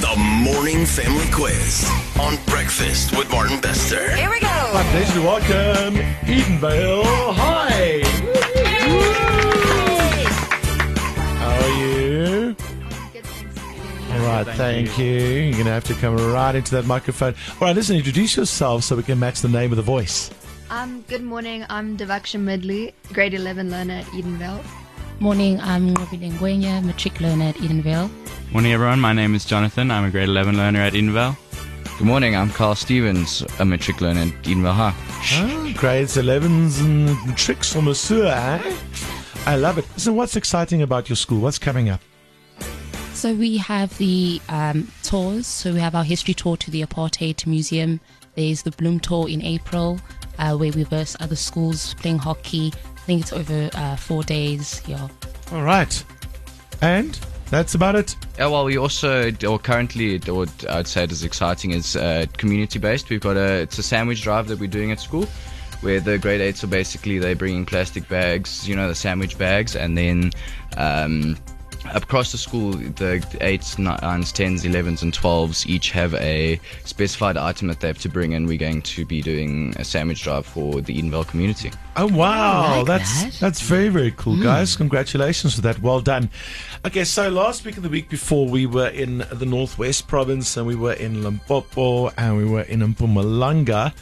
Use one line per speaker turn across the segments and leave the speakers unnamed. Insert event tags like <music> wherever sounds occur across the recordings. The Morning Family Quiz on Breakfast with Martin Bester.
Here we go.
Pleased to welcome Edenvale Hi. How are you? All right, thank you. You're going to have to come right into that microphone. All right, listen, introduce yourself so we can match the name of the voice.
Um, good morning. I'm Devaksha Midley, grade 11 learner at Edenvale.
Morning, I'm Ngobile Ngwenya, matric learner at Edenvale.
Morning, everyone. My name is Jonathan. I'm a grade 11 learner at Inval.
Good morning, I'm Carl Stevens, a metric learner in Edenville High.
Ah, grades 11s and tricks from Monsieur, eh? I love it. Listen, what's exciting about your school? What's coming up?
So we have the um, tours. So we have our history tour to the Apartheid Museum. There's the Bloom tour in April, uh, where we verse other schools playing hockey. I think it's over uh, four days. Yeah.
All right. And that's about it.
Yeah, well, we also, or currently, or I'd say it is exciting, is uh, community based. We've got a, it's a sandwich drive that we're doing at school where the grade 8s are basically, they're bringing plastic bags, you know, the sandwich bags, and then um, across the school, the 8s, 9s, 10s, 11s, and 12s each have a specified item that they have to bring in. We're going to be doing a sandwich drive for the Edenvale community.
Oh wow,
like
that's
that.
that's very very cool, guys! Congratulations for that. Well done. Okay, so last week and the week before, we were in the Northwest Province, and we were in Limpopo, and we were in Mpumalanga.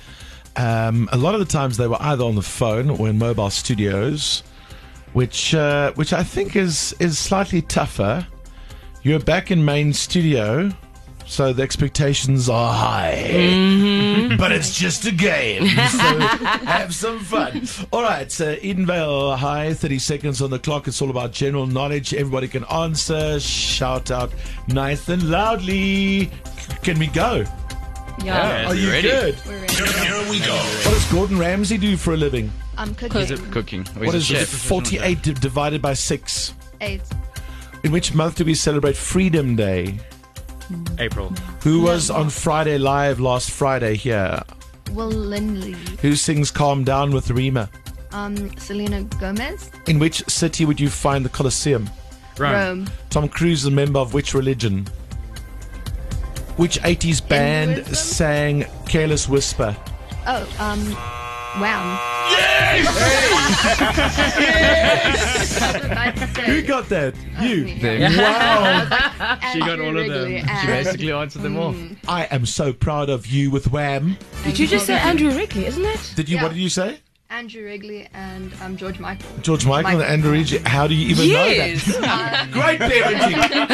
Um, a lot of the times, they were either on the phone or in mobile studios, which uh, which I think is is slightly tougher. You're back in main studio, so the expectations are high but it's just a game. So have some fun. All right, so Edenvale High, 30 seconds on the clock. It's all about general knowledge. Everybody can answer. Shout out nice and loudly. Can we go?
Yeah.
Are you good?
Here we go.
What does Gordon Ramsay do for a living?
I'm cooking.
Cooking.
What
He's
is
a
it?
chef.
48 d- divided by 6.
Eight.
In which month do we celebrate Freedom Day?
April.
Who was on Friday Live last Friday here?
Will Lindley.
Who sings Calm Down with Rima?
Um, Selena Gomez.
In which city would you find the Colosseum?
Rome.
Rome.
Tom Cruise is a member of which religion? Which 80s band
Hinduism?
sang Careless Whisper?
Oh, um, wow. Yes!
Who got that? Oh, You.
Them.
Wow.
She got all of them.
She basically answered them all.
Mm.
I am so proud of you with Wham.
Did you just say Andrew Wrigley, isn't it?
Did you,
Yeah.
what did you say?
Andrew Wrigley and um, George Michael.
George Michael,
Michael.
and Andrew Ridge. How do you even know that? <laughs> Great parenting.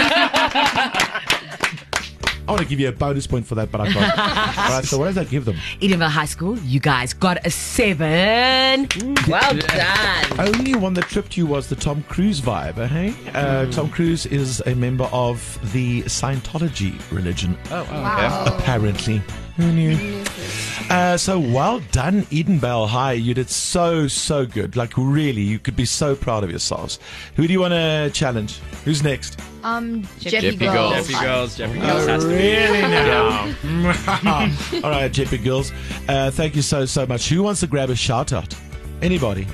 I want to give you a bonus point for that, but I can't. All right, so what does that give them?
Edenville High School, you guys got a seven. Well done.
Only one that tripped you was the Tom Cruise vibe, eh? hey? Uh,
Hmm.
Tom Cruise is a member of the Scientology religion.
Oh, wow.
Wow.
Apparently. Who knew? Uh, so well done, Edenvale High. You did so, so good. Like, really, you could be so proud of yourselves. Who do you want to challenge? Who's next?
Um, Jeffy
Jeffy
Girls.
Girls.
Jeffy Girls. Oh, Jeffy Girls. has to be-
really <laughs> now? All right, JP Girls. Uh, thank you so, so much. Who wants to grab a shout out? Anybody?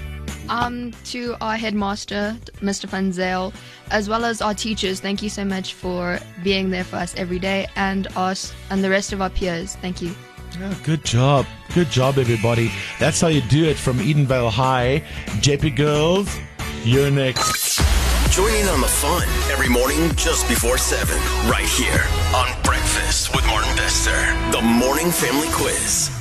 Um, to our headmaster, Mr. Funzel, as well as our teachers, thank you so much for being there for us every day, and us and the rest of our peers. Thank you.
Yeah, good job. Good job, everybody. That's how you do it from Edenvale High. JP Girls, you're next.
Join in on the fun every morning just before 7, right here on Breakfast with Martin Bester. The Morning Family Quiz.